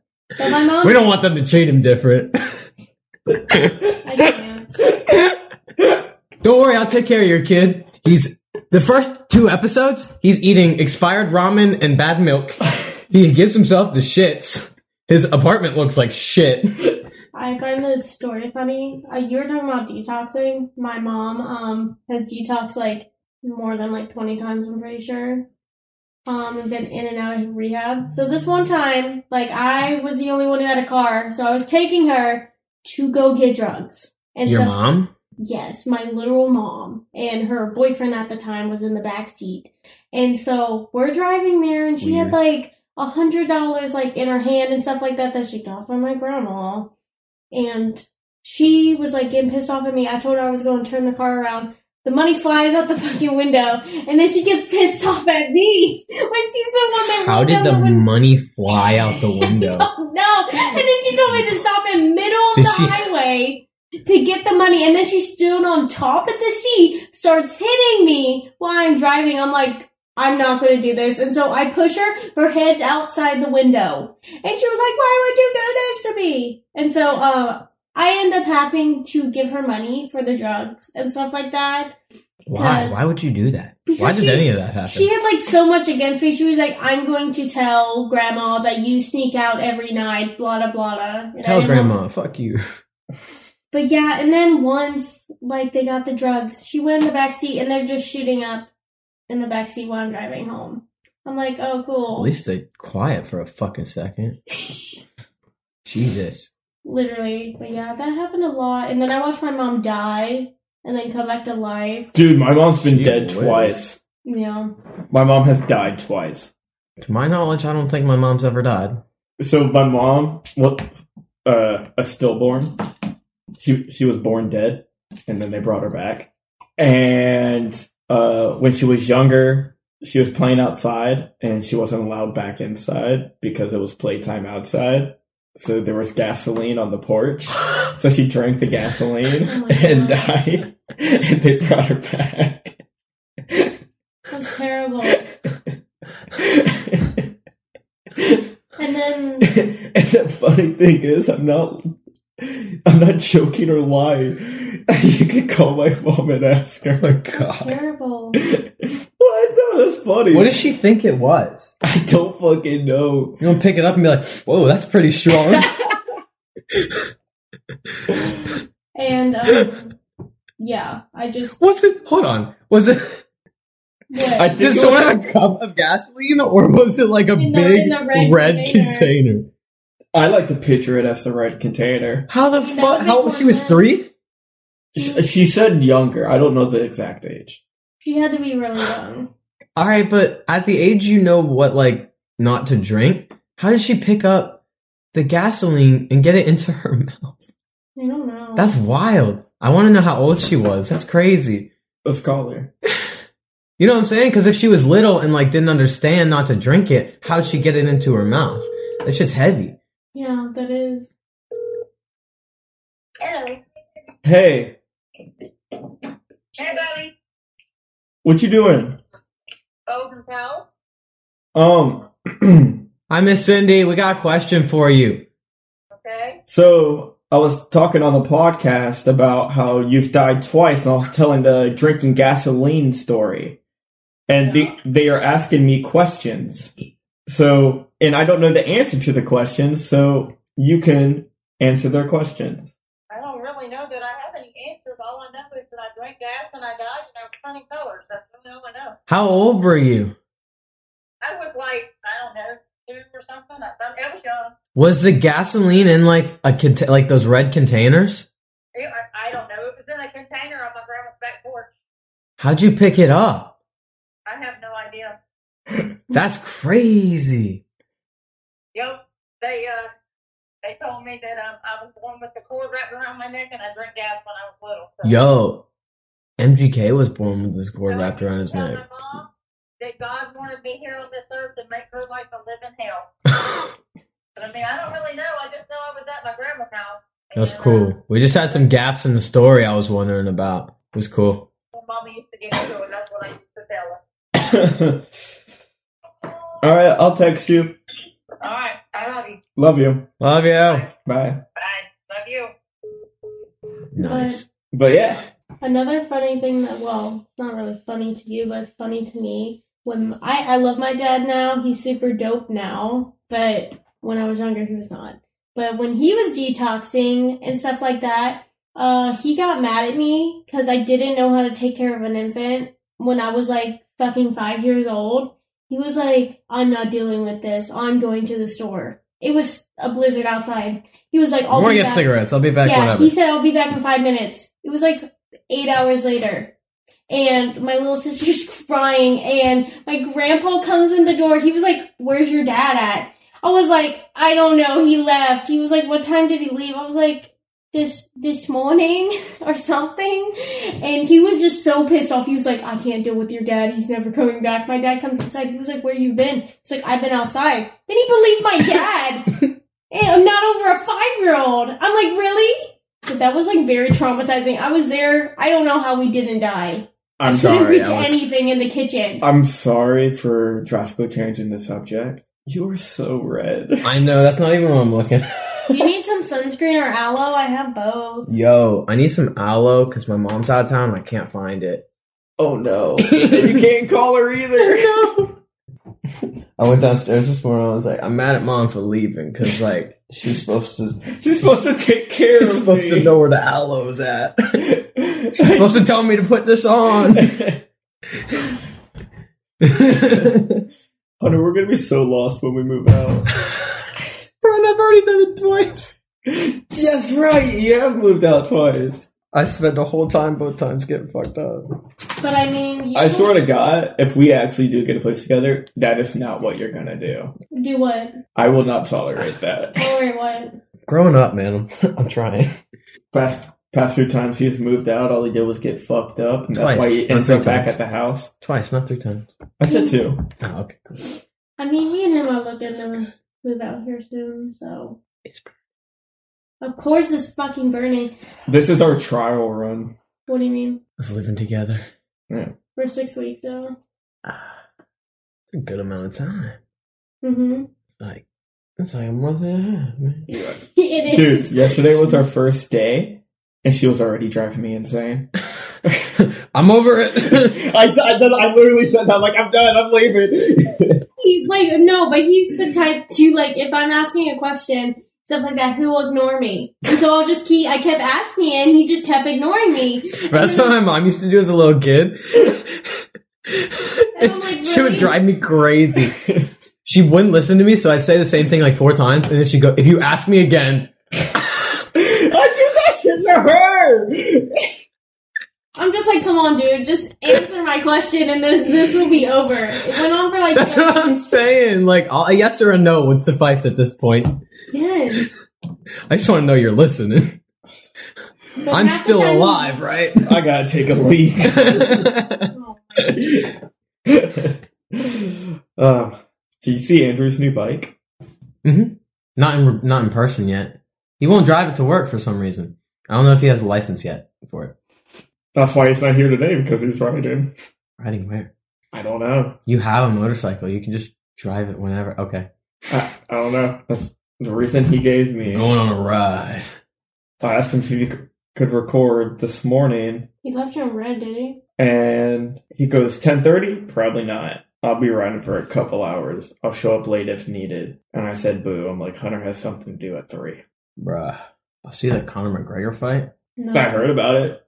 my mom, we don't want them to treat him different. [LAUGHS] I can't. Don't worry, I'll take care of your kid. He's the first two episodes, he's eating expired ramen and [LAUGHS] bad milk. He gives himself the shits. His apartment looks like shit. I find this story funny. Uh, you were talking about detoxing. My mom um has detoxed like more than like twenty times. I'm pretty sure. Um, and been in and out of rehab. So this one time, like I was the only one who had a car, so I was taking her to go get drugs and Your stuff. mom? Yes, my literal mom and her boyfriend at the time was in the back seat. And so we're driving there and she had like a hundred dollars like in her hand and stuff like that that she got from my grandma. And she was like getting pissed off at me. I told her I was going to turn the car around. The money flies out the [LAUGHS] fucking window and then she gets pissed off at me [LAUGHS] when she's the one that How rolled did down the window. money fly out the window? [LAUGHS] Oh no! And then she told me to stop in middle of Did the she- highway to get the money, and then she stood on top of the seat, starts hitting me while I'm driving. I'm like, I'm not going to do this, and so I push her. Her head's outside the window, and she was like, "Why would you do this to me?" And so, uh, I end up having to give her money for the drugs and stuff like that. Why? Because- Why would you do that? Why Because did she- any of that happen? She had like so much against me. She was like, "I'm going to tell grandma that you sneak out every night." Blah blah blah. blah. And I Tell didn't want- grandma, fuck you. But yeah, and then once like they got the drugs, she went in the back seat and they're just shooting up in the back seat while I'm driving home. I'm like, oh At cool. least they quiet for a [LAUGHS] fucking second. Jesus. Literally. But yeah, that happened a lot. And then I watched my mom die and then come back to life. [LAUGHS] Dude, my mom's been She dead was. twice. Yeah. My mom has died twice. To my knowledge, I don't think my mom's ever died. So my mom, what, uh, a stillborn. She she was born dead, and then they brought her back. And uh, when she was younger, she was playing outside, and she wasn't allowed back inside because it was playtime outside. So there was gasoline on [GASPS] the porch. So she drank the gasoline Oh my and God. died, [LAUGHS] and they brought her back. That's terrible. [LAUGHS] and And [LAUGHS] then the funny thing is, I'm not, I'm not joking or lying. [LAUGHS] You can call my mom and ask her. Oh that's god. terrible. what? No, that's funny. What did she think it was? [LAUGHS] I don't fucking know. You don't pick it up and be like, "Whoa, that's pretty strong." [LAUGHS] And um yeah, I [LAUGHS] just was it? Hold on. Was it? what? I think Did it someone was- have a cup of gasoline, or was it like a In the- big in the red red container. container. I like to picture it as the right container. How the That fuck? would How make she was more sense. three? She, she said younger. I don't know the exact age. She had to be really young. All right, but at the age you know what like not to drink, how did she pick up the gasoline and get it into her [LAUGHS] mouth? I don't know. That's wild. I want to know how old she was. That's crazy. A scholar. You know what I'm saying? Because if she was little and like didn't understand not to drink it, how'd she get it into her mouth? That shit's heavy. yeah, that is. Hello. Hey, Hey, Bobby. what you doing? Over now. Um, [CLEARS THROAT] Hi, Miss Cindy. We got a question for you. Okay. so I was talking on the podcast about how you've died twice, and I was telling the drinking gasoline story, and they they are asking me questions. So, and I don't know the answer to the questions, so you can answer their questions. [LAUGHS] I don't really know that I have any answers. All I know is that I drank gas and I died and I was funny colors. That's really all I know. How old were you? I was like, I don't know, two or something. I, I was young. Was the gasoline in like a cont- like those red containers? It, I, I don't know. It was in a container on my grandma's back porch. How'd you pick it up? I have no idea. That's crazy. Yep. They uh, they told me that um, I was the one with the cord wrapped around my neck and I drank gas when I was little. So. Yo, MGK was born with this Oh cord So I wrapped around his tell my neck. mom That God wanted me here on this earth to make her life a living hell. But I mean, I don't really know. I just know I was at my grandma's house. [LAUGHS] That's And, uh, cool. We just had some gaps in the story I was wondering about. It was cool. when Mama used to get into it. That's what I used to tell her. All right, I'll text you. All right. I love you. Love you. Love you. Bye. Bye. Love you. Nice. But yeah, Another funny thing that, well, not really funny to you, but it's funny to me. When I, I love my dad now, he's super dope now, but when I was younger, he was not. But when he was detoxing and stuff like that, uh, he got mad at me because I didn't know how to take care of an infant when I was like fucking five years old. He was like, I'm not dealing with this. I'm going to the store. It was a blizzard outside. He was like, "Oh I I'll want to be get back. cigarettes. I'll be back yeah, whenever. he said I'll be back in five minutes. It was like eight hours later. And my little sister's [LAUGHS] crying and my grandpa comes in the door. He was like, Where's your dad at? I was like, I don't know, he left. He was like, What time did he leave? I was like, This this morning [LAUGHS] or something. And he was just so pissed off. He was like, I can't deal with your dad. He's never coming back. My dad comes inside. He was like, Where you been? He's like, I've been outside. Then he believed my dad. And I'm not over a five year old. I'm like, really? But that was like very traumatizing. I was there. I don't know how we didn't die. I'm I couldn't sorry. Uh, reach I was- anything in the kitchen. I'm sorry for drastically changing the subject. You are so red. [LAUGHS] I know. That's not even what I'm looking. you need some sunscreen or aloe? I have both. Yo, I need some aloe because my mom's out of town. and I can't find it. [LAUGHS] Oh no. you can't call her either. I went downstairs this morning. I was like, I'm mad at mom for leaving because like she's supposed to. She's supposed to take care She's of supposed me. to [LAUGHS] know where the aloe's at. [LAUGHS] she's know. supposed to tell me to put this on. [LAUGHS] Hunter, we're gonna be so lost when we move out. Brian, I've already done it twice. That's right, you have moved out twice. I spent the whole time both times getting fucked up. But I mean, you I swear to God, if we actually do get a place together, that is not what you're gonna do. do what? I will not tolerate that. Don't worry, what? Growing up, man, I'm, [LAUGHS] I'm trying. Past past few times he's moved out, all he did was get fucked up, and that's Twice. why he ends Three up back times. at the house. Twice, not three times. I said two. Oh, okay, cool. I mean, me and him are looking to move out here soon, so. It's- Of course, it's fucking burning. This is our trial run. What do you mean? Of living together. For six weeks, though. Ah, It's a good amount of time. Mm-hmm. [LAUGHS] Like, it's like a month and a half, man. it is. Dude, [LAUGHS] yesterday was our first day, and she was already driving me insane. [LAUGHS] I'm over it. [LAUGHS] [LAUGHS] I, s- I, did- I literally said that, I'm like, I'm done, I'm leaving. [LAUGHS] He's like, no, but he's the type to like, if I'm asking a question, stuff like that, he'll ignore me. And so I'll just keep, I kept asking and he just kept ignoring me. That's what my mom used to do as a little kid. [LAUGHS] And I'm like, She would really? drive me crazy. [LAUGHS] She wouldn't listen to me, so I'd say the same thing like four times, and then she'd go, "If you ask me again, I do that shit to her. I'm just like, come on, dude, just answer my question, and this this will be over. It went on for like. [LAUGHS] That's what I'm saying. Like, a yes or a no would suffice at this point. [LAUGHS] yes. I just want to know you're listening. But I'm half the still time- alive, right? I gotta take a [LAUGHS] leak. Oh my God. um, do you see Andrew's new bike? not in not in person yet. He won't drive it to work for some reason. I don't know if he has a license yet for it. That's why he's not here today because he's riding. Riding where? I don't know. You have a motorcycle. You can just drive it whenever. Okay. I, I don't know. That's the reason he gave me. Going on a ride. I asked him if he c- could record this morning, He left you on red, did he? and he goes ten thirty. Probably not. I'll be riding for a couple hours. I'll show up late if needed. And I said, "Boo!" I'm like, Hunter has something to do at three. Bruh. I'll see that Conor McGregor fight. No. I heard about it.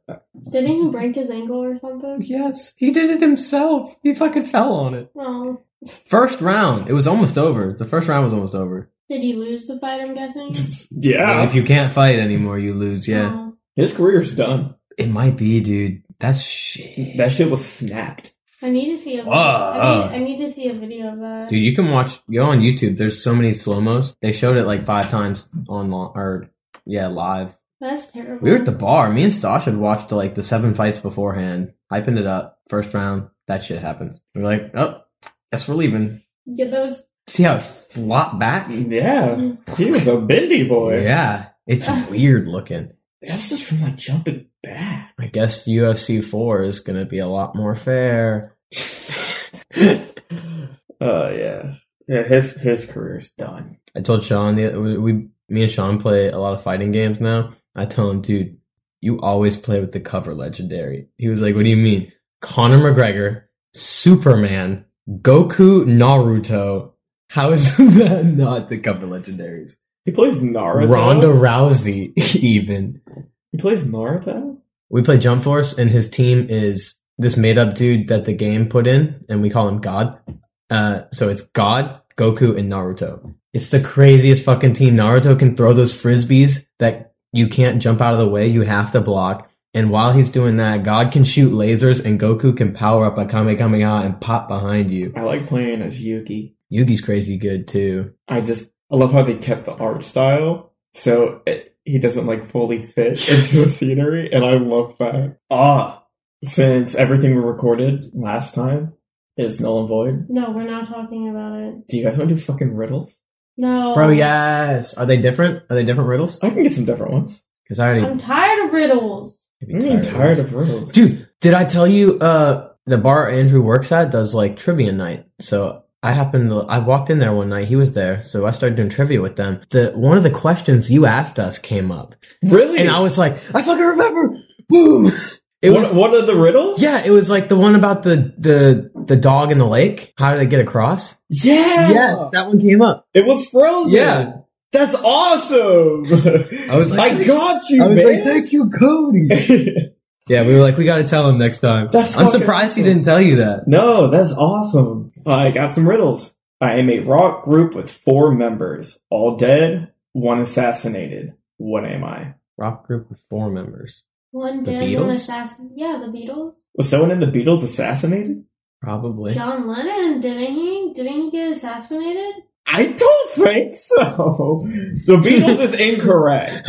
Didn't he break his ankle or something? Yes. He did it himself. He fucking fell on it. Oh. First round. It was almost over. The first round was almost over. Did he lose the fight, I'm guessing? Yeah, If you can't fight anymore, you lose. [LAUGHS] Yeah. Oh. his career's done. It might be, dude. That's shit. That shit was snapped. I need to see a video. Wow. I, need, I need to see a video of that. Dude, you can watch go on YouTube. There's so many slow mos. They showed it like five times on lo- or yeah live. That's terrible. We were at the bar. Me and Stosh had watched like the seven fights beforehand, hyping it up. First round, that shit happens. We are like, oh, guess we're leaving. Get those. See how it flopped back? Yeah, he was a bendy boy. Yeah, it's weird looking. That's just from like jumping [LAUGHS] back. I guess UFC four is gonna be a lot more fair. Oh yeah, yeah. His his career's done. I told Sean the we, we me and Sean play a lot of fighting games now. I tell him, dude, you always play with the cover legendary. He was like, "What do you mean?" Conor McGregor, Superman, Goku, Naruto. How is [LAUGHS] that not the cover legendaries? He plays Naruto. Ronda Rousey, [LAUGHS] even. He plays Naruto. We play Jump Force, and his team is this made up dude that the game put in, and we call him God. Uh, so it's God, Goku, and Naruto. It's the craziest fucking team. Naruto can throw those frisbees that you can't jump out of the way, you have to block. And while he's doing that, God can shoot lasers, and Goku can power up a Kamehameha and pop behind you. I like playing as Yugi. Yugi's crazy good too. I just I love how they kept the art style so it, he doesn't like fully fit into the scenery, and I love that. Ah, since everything we recorded last time is null and void. No, we're not talking about it. Do you guys want to do fucking riddles? Oh. No. Bro, yes. Are they different? Are they different riddles? I can get some different ones. Because I already I'm tired of riddles. I'm getting tired of riddles. Dude, did I tell you uh the bar Andrew works at does like trivia night. So I happened to I walked in there one night, he was there, so I started doing trivia with them. The one of the questions you asked us came up. Really? And I was like, I fucking remember. [LAUGHS] Boom. It One- was one of the riddles? yeah, it was like the one about the the the dog in the lake. How did I get across? Yeah. Yes, that one came up. It was frozen. Yeah. That's awesome. I was like- I got you, man. you, Cody. [LAUGHS] Yeah, we were like, we got to tell him next time. That's I'm fucking surprised he awesome. didn't tell you that. no, that's awesome. I got some riddles. I am a rock group with four members, all dead, one assassinated. What am I? Rock group with four members, One The dead, one Beatles? assassin. Yeah, the Beatles. Was someone in the Beatles assassinated? probably. John Lennon, didn't he? Didn't he get assassinated? I don't think so. The Beatles is incorrect.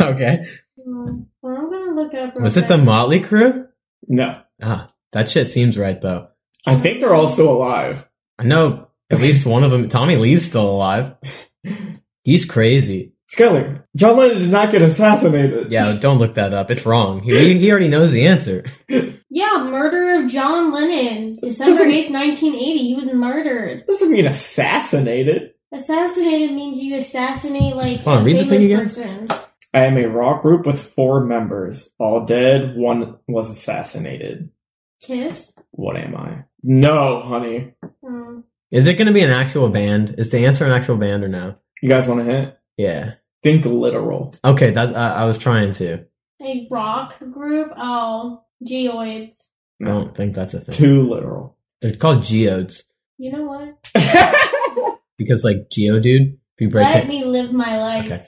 [LAUGHS] Okay. Um, well, I'm gonna look up. real Was it the quick. Motley Crew? No. Ah, that shit seems right though. I think they're all still alive. I know at least one of them. Tommy Lee's still alive. He's crazy. Skelly, John Lennon did not get assassinated. Yeah, don't look that up. It's wrong. He he already knows the answer. Yeah, murder of John Lennon, December eighth, nineteen eighty. He was murdered. Doesn't mean assassinated. Assassinated means you assassinate like Hold on, a read the famous thing again. person. I am a rock group with four members, all dead. One was assassinated. Kiss. What am I? No, honey. Um, Is it going to be an actual band? Is the answer an actual band or no? You guys want to hint? Yeah. Think literal. Okay, that I I was trying to. a rock group. Oh, geoids. I don't think that's a thing. Too literal. They're called geodes You know what? you because like geodude. If you break Let it, me live my life. Okay.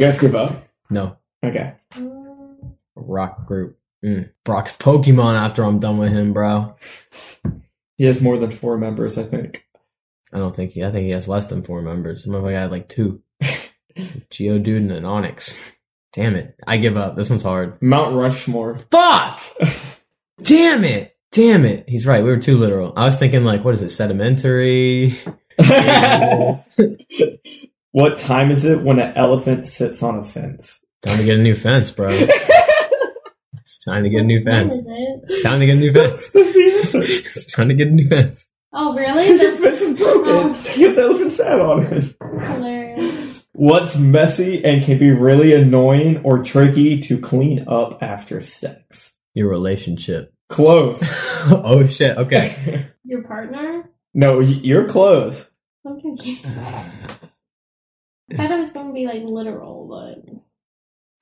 guys give up? no. Okay. Um, rock group. Mm. Brock's Pokemon after I'm done with him, bro. He has more than four members, I think. I don't think he I think he has less than four members. Some of I had like two. Geodude and an Onyx. Damn it. I give up. This one's hard. Mount Rushmore. Fuck! Damn it! Damn it! He's right. We were too literal. I was thinking like, what is it? Sedimentary. Time [LAUGHS] what time is it when an elephant sits on a fence? [LAUGHS] to get a new fence, bro. It's time to get a new What is fence. it? It's time to get a new That's fence. [LAUGHS] the answer. It's time to get a new fence. Oh, really? [LAUGHS] Because your That's fence is broken. Oh. Get the elephant sat on it. hilarious. What's messy and can be really annoying or tricky to clean up after sex? Your relationship. [LAUGHS] Close. oh shit. Okay. Your partner? [LAUGHS] no, y- you're close. I'm confused. I thought it was going to be like literal, but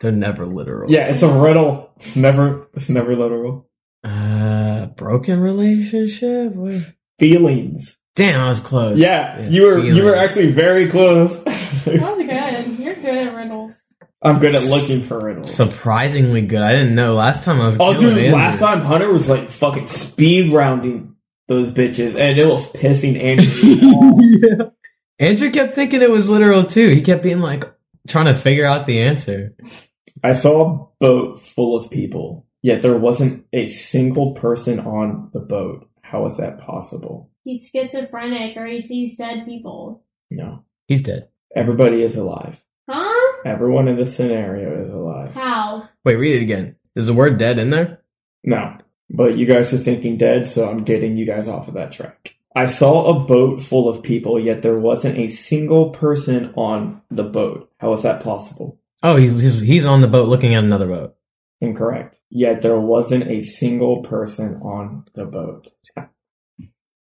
They're never literal. Yeah, it's a riddle. It's never. It's never literal. Uh, broken relationship. What- Feelings. Damn, I was close. Yeah, you were. You were actually very close. [LAUGHS] that was good. You're good at riddles. I'm good at looking for riddles. surprisingly good. I didn't know last time I was. Oh, killing dude, Andrew. last time Hunter was like fucking speed rounding those bitches, and it was pissing Andrew. off. yeah. [LAUGHS] Andrew kept thinking it was literal too. He kept being like trying to figure out the answer. [LAUGHS] I saw a boat full of people, yet there wasn't a single person on the boat. How is that possible? He's schizophrenic or he sees dead people. No, He's dead. everybody is alive. Huh? Everyone in this scenario is alive. How? Wait, read it again. Is the word dead in there? No. But you guys are thinking dead, so I'm getting you guys off of that track. I saw a boat full of people, yet there wasn't a single person on the boat. How is that possible? Oh, he's he's, he's on the boat looking at another boat. Incorrect. Yet there wasn't a single person on the boat.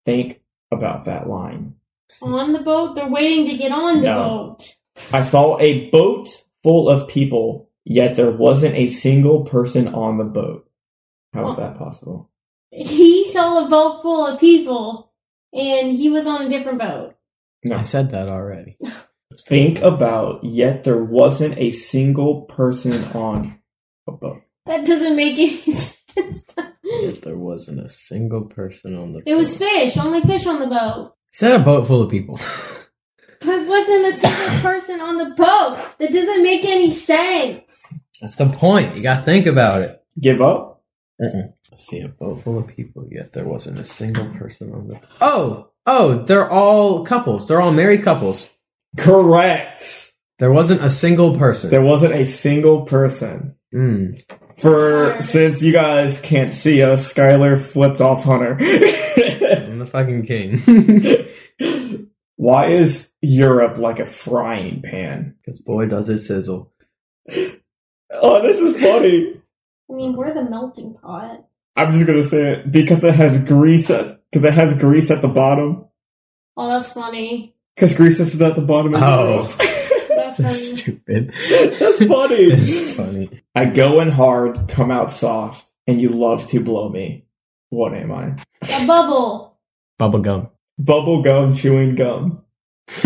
Think about that line. On the boat? They're waiting to get on the No. boat. I saw a boat full of people, yet there wasn't a single person on the boat. How is that possible? He saw a boat full of people and he was on a different boat. No. I said that already. Think about yet there wasn't a single person on a boat. That doesn't make any [LAUGHS] sense. If there wasn't a single person on the It was fish, only fish on the boat. Is that a boat full of people? But wasn't a single person on the boat. That doesn't make any sense. That's the point. You gotta think about it. Give up? I see a boat full of people, yet there wasn't a single person on the Oh! Oh, they're all couples. They're all married couples. Correct. There wasn't a single person. There wasn't a single person. Mm. For Sorry. since you guys can't see us, Skylar flipped off Hunter. [LAUGHS] I'm the fucking king. [LAUGHS] Why is Europe like a frying pan? Because boy does it sizzle. Oh, this is funny. I mean, we're the melting pot. I'm just gonna say it because it has grease at because it has grease at the bottom. Oh, that's funny. Because grease is at the bottom. Of Oh. That's [LAUGHS] so funny. stupid. [LAUGHS] [LAUGHS] that's It's funny. funny. I go in hard, come out soft, and you love to blow me. What am I? A bubble. Bubble [LAUGHS] gum. Bubble gum, chewing gum. [LAUGHS]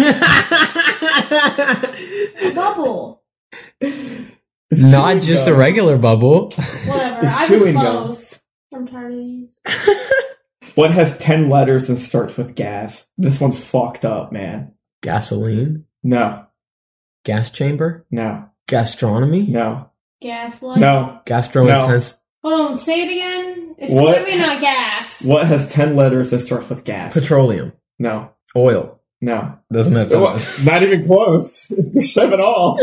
A bubble. It's Not chewing just gum. a regular bubble. [LAUGHS] Whatever. It's I was chewing gum. close. I'm tired of these. What has ten letters and starts with gas? This one's fucked up, man. Gasoline. No, Gas chamber. no, Gastronomy. no, Gaslight. no. Gastrointestinal. Hold on. Say it again. It's What? clearly not gas. What has ten letters that starts with gas? Petroleum. No, Oil. no. Doesn't have Well, Not even close. [LAUGHS] You're seven all.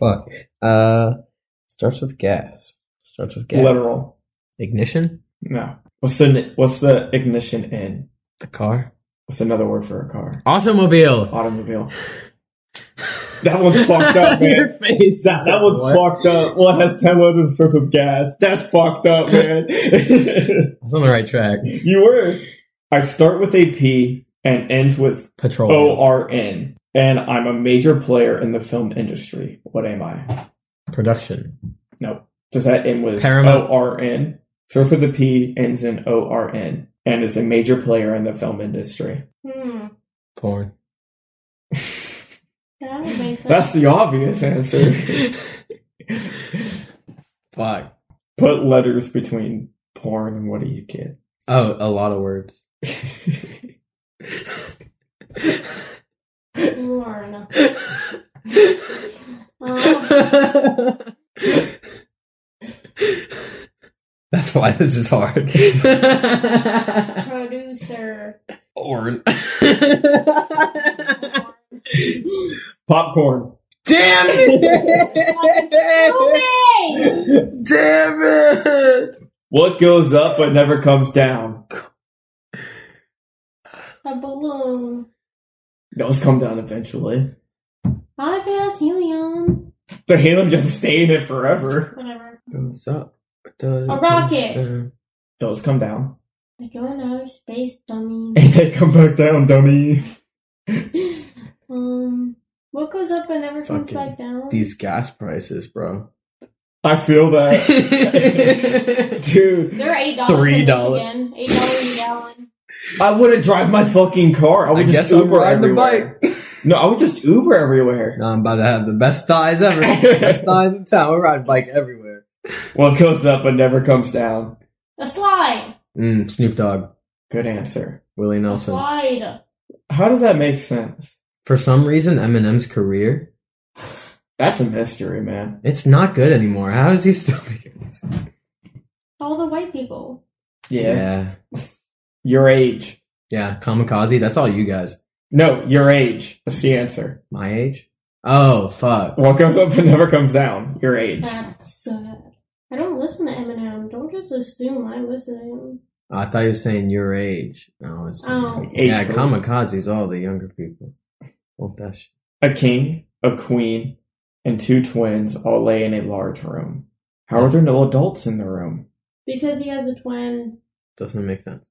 Fuck. Uh, starts with gas. Starts with gas. Literal. Ignition. No. What's the what's the ignition in? The car. What's another word for a car? Automobile. Automobile. That one's [LAUGHS] fucked up, man. [LAUGHS] Your face. That, that one's What? fucked up. What has ten letters that starts with gas? That's fucked up, man. [LAUGHS] I was on the right track. you were. I start with a P and ends with O Petroleum. R N, and I'm a major player in the film industry. What am I? Production. No. Does that end with Paramount. O R N? Starts with the P, ends in O R N, and is a major player in the film industry. [LAUGHS] Hmm. Porn. That would make sense. That's the obvious answer. Fuck. Put letters between porn and what do you get? [LAUGHS] Oh, a lot of words. [LAUGHS] [LAUGHS] Lorna. Um, oh That's why this is [LAUGHS] hard. producer. [LAUGHS] Orn. Popcorn. Damn it! Moving! Damn it! What goes up but never comes down? A balloon. Those come down eventually. Not if it has helium. The helium just stay in it forever. Whatever. What's up? A rocket. Those come down. [LAUGHS] Like going out of space, dummy. And they come back down, dummy. um, what goes up and never comes Fucking back down? These gas prices, [LAUGHS] bro. I feel that. [LAUGHS] Dude, They're eight dollars. Three dollars. again. Eight dollars a gallon. I wouldn't drive my fucking car. I would I just guess I'm Uber riding the everywhere. [LAUGHS] No, I would just [LAUGHS] Uber everywhere. Now I'm about to have the best thighs ever. best thighs in town. We're riding bike everywhere. [LAUGHS] What goes up but never comes down? A slide. Mm, Snoop Dogg, Good answer. Willie A Nelson. slide. How does that make sense? For some reason, Eminem's career, That's a mystery, man. it's not good anymore. How is he still making this? All the white people. Yeah. Yeah. Your age. Yeah. Kamikaze, that's all you guys. No, your age. That's the answer. My age? Oh, fuck. What goes up but never comes down? Your age. That's sad. I don't listen to Eminem. Don't just assume I listen to him. I thought you were saying your age. No, it's, Oh. Age yeah, for- Kamikaze's all the younger people. Oh, gosh. A king, a queen, and two twins all lay in a large room. How are there no adults in the room? Because he has a twin. Doesn't make sense.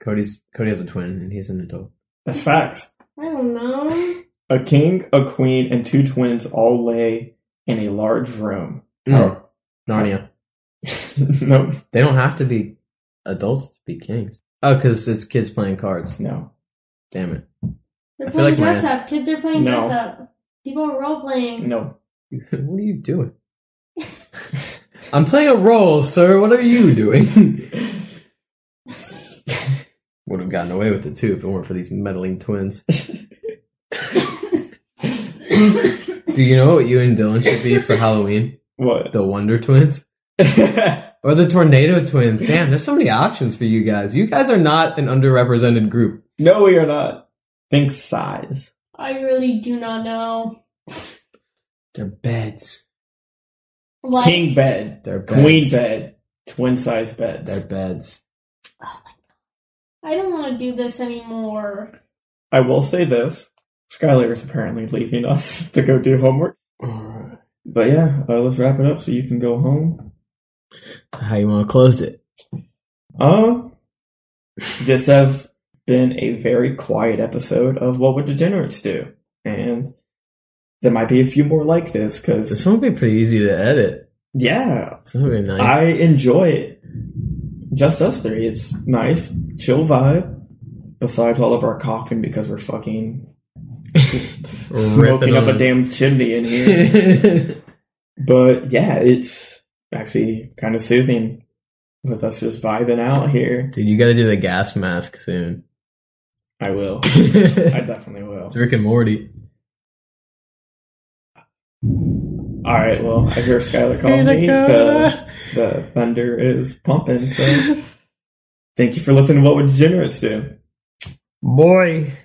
Cody's Cody has a twin and he's an adult. That's facts. I don't [LAUGHS] know. A king, a queen, and two twins all lay in a large room. [LAUGHS] No, Narnia. no, They don't have to be adults to be kings. Oh, because it's kids playing cards. no. Damn it. They're I feel playing like my dress ass- up. Kids are playing No. dress up. People are role playing. No. [LAUGHS] [LAUGHS] what are you doing? I'm playing a role, sir. What are you doing? [LAUGHS] Would have gotten away with it too if it weren't for these meddling twins. [LAUGHS] Do you know what you and Dylan should be for Halloween? What? [LAUGHS] The Wonder Twins? Or the Tornado Twins? Damn, there's so many options for you guys. You guys are not an underrepresented group. no, we are not. Think size. [COUGHS] I really do not know. They're beds. Like, King bed, They're beds. queen bed, twin size beds. They're beds. I don't want to do this anymore. I will say this. Skylar is apparently leaving us [LAUGHS] to go do homework. Alright. But yeah, uh, let's wrap it up so you can go home. How you want to close it? Um, [LAUGHS] this has been a very quiet episode of What Would Degenerates Do? And there might be a few more like This this because, one would be pretty easy to edit. yeah, This one would be I nice. enjoy it. Just us three. It's nice, chill vibe. Besides all of our coughing because we're fucking [LAUGHS] smoking Ripping up a on- damn chimney in here. But yeah, it's actually kind of soothing with us just vibing out here. [LAUGHS] Dude, you gotta do the gas mask soon. [LAUGHS] I will. I it's definitely will. Rick and Morty. All right. Well, I hear Skylar calling me. The, the thunder is pumping. So thank you for listening to What Would Degenerates Do? Boy.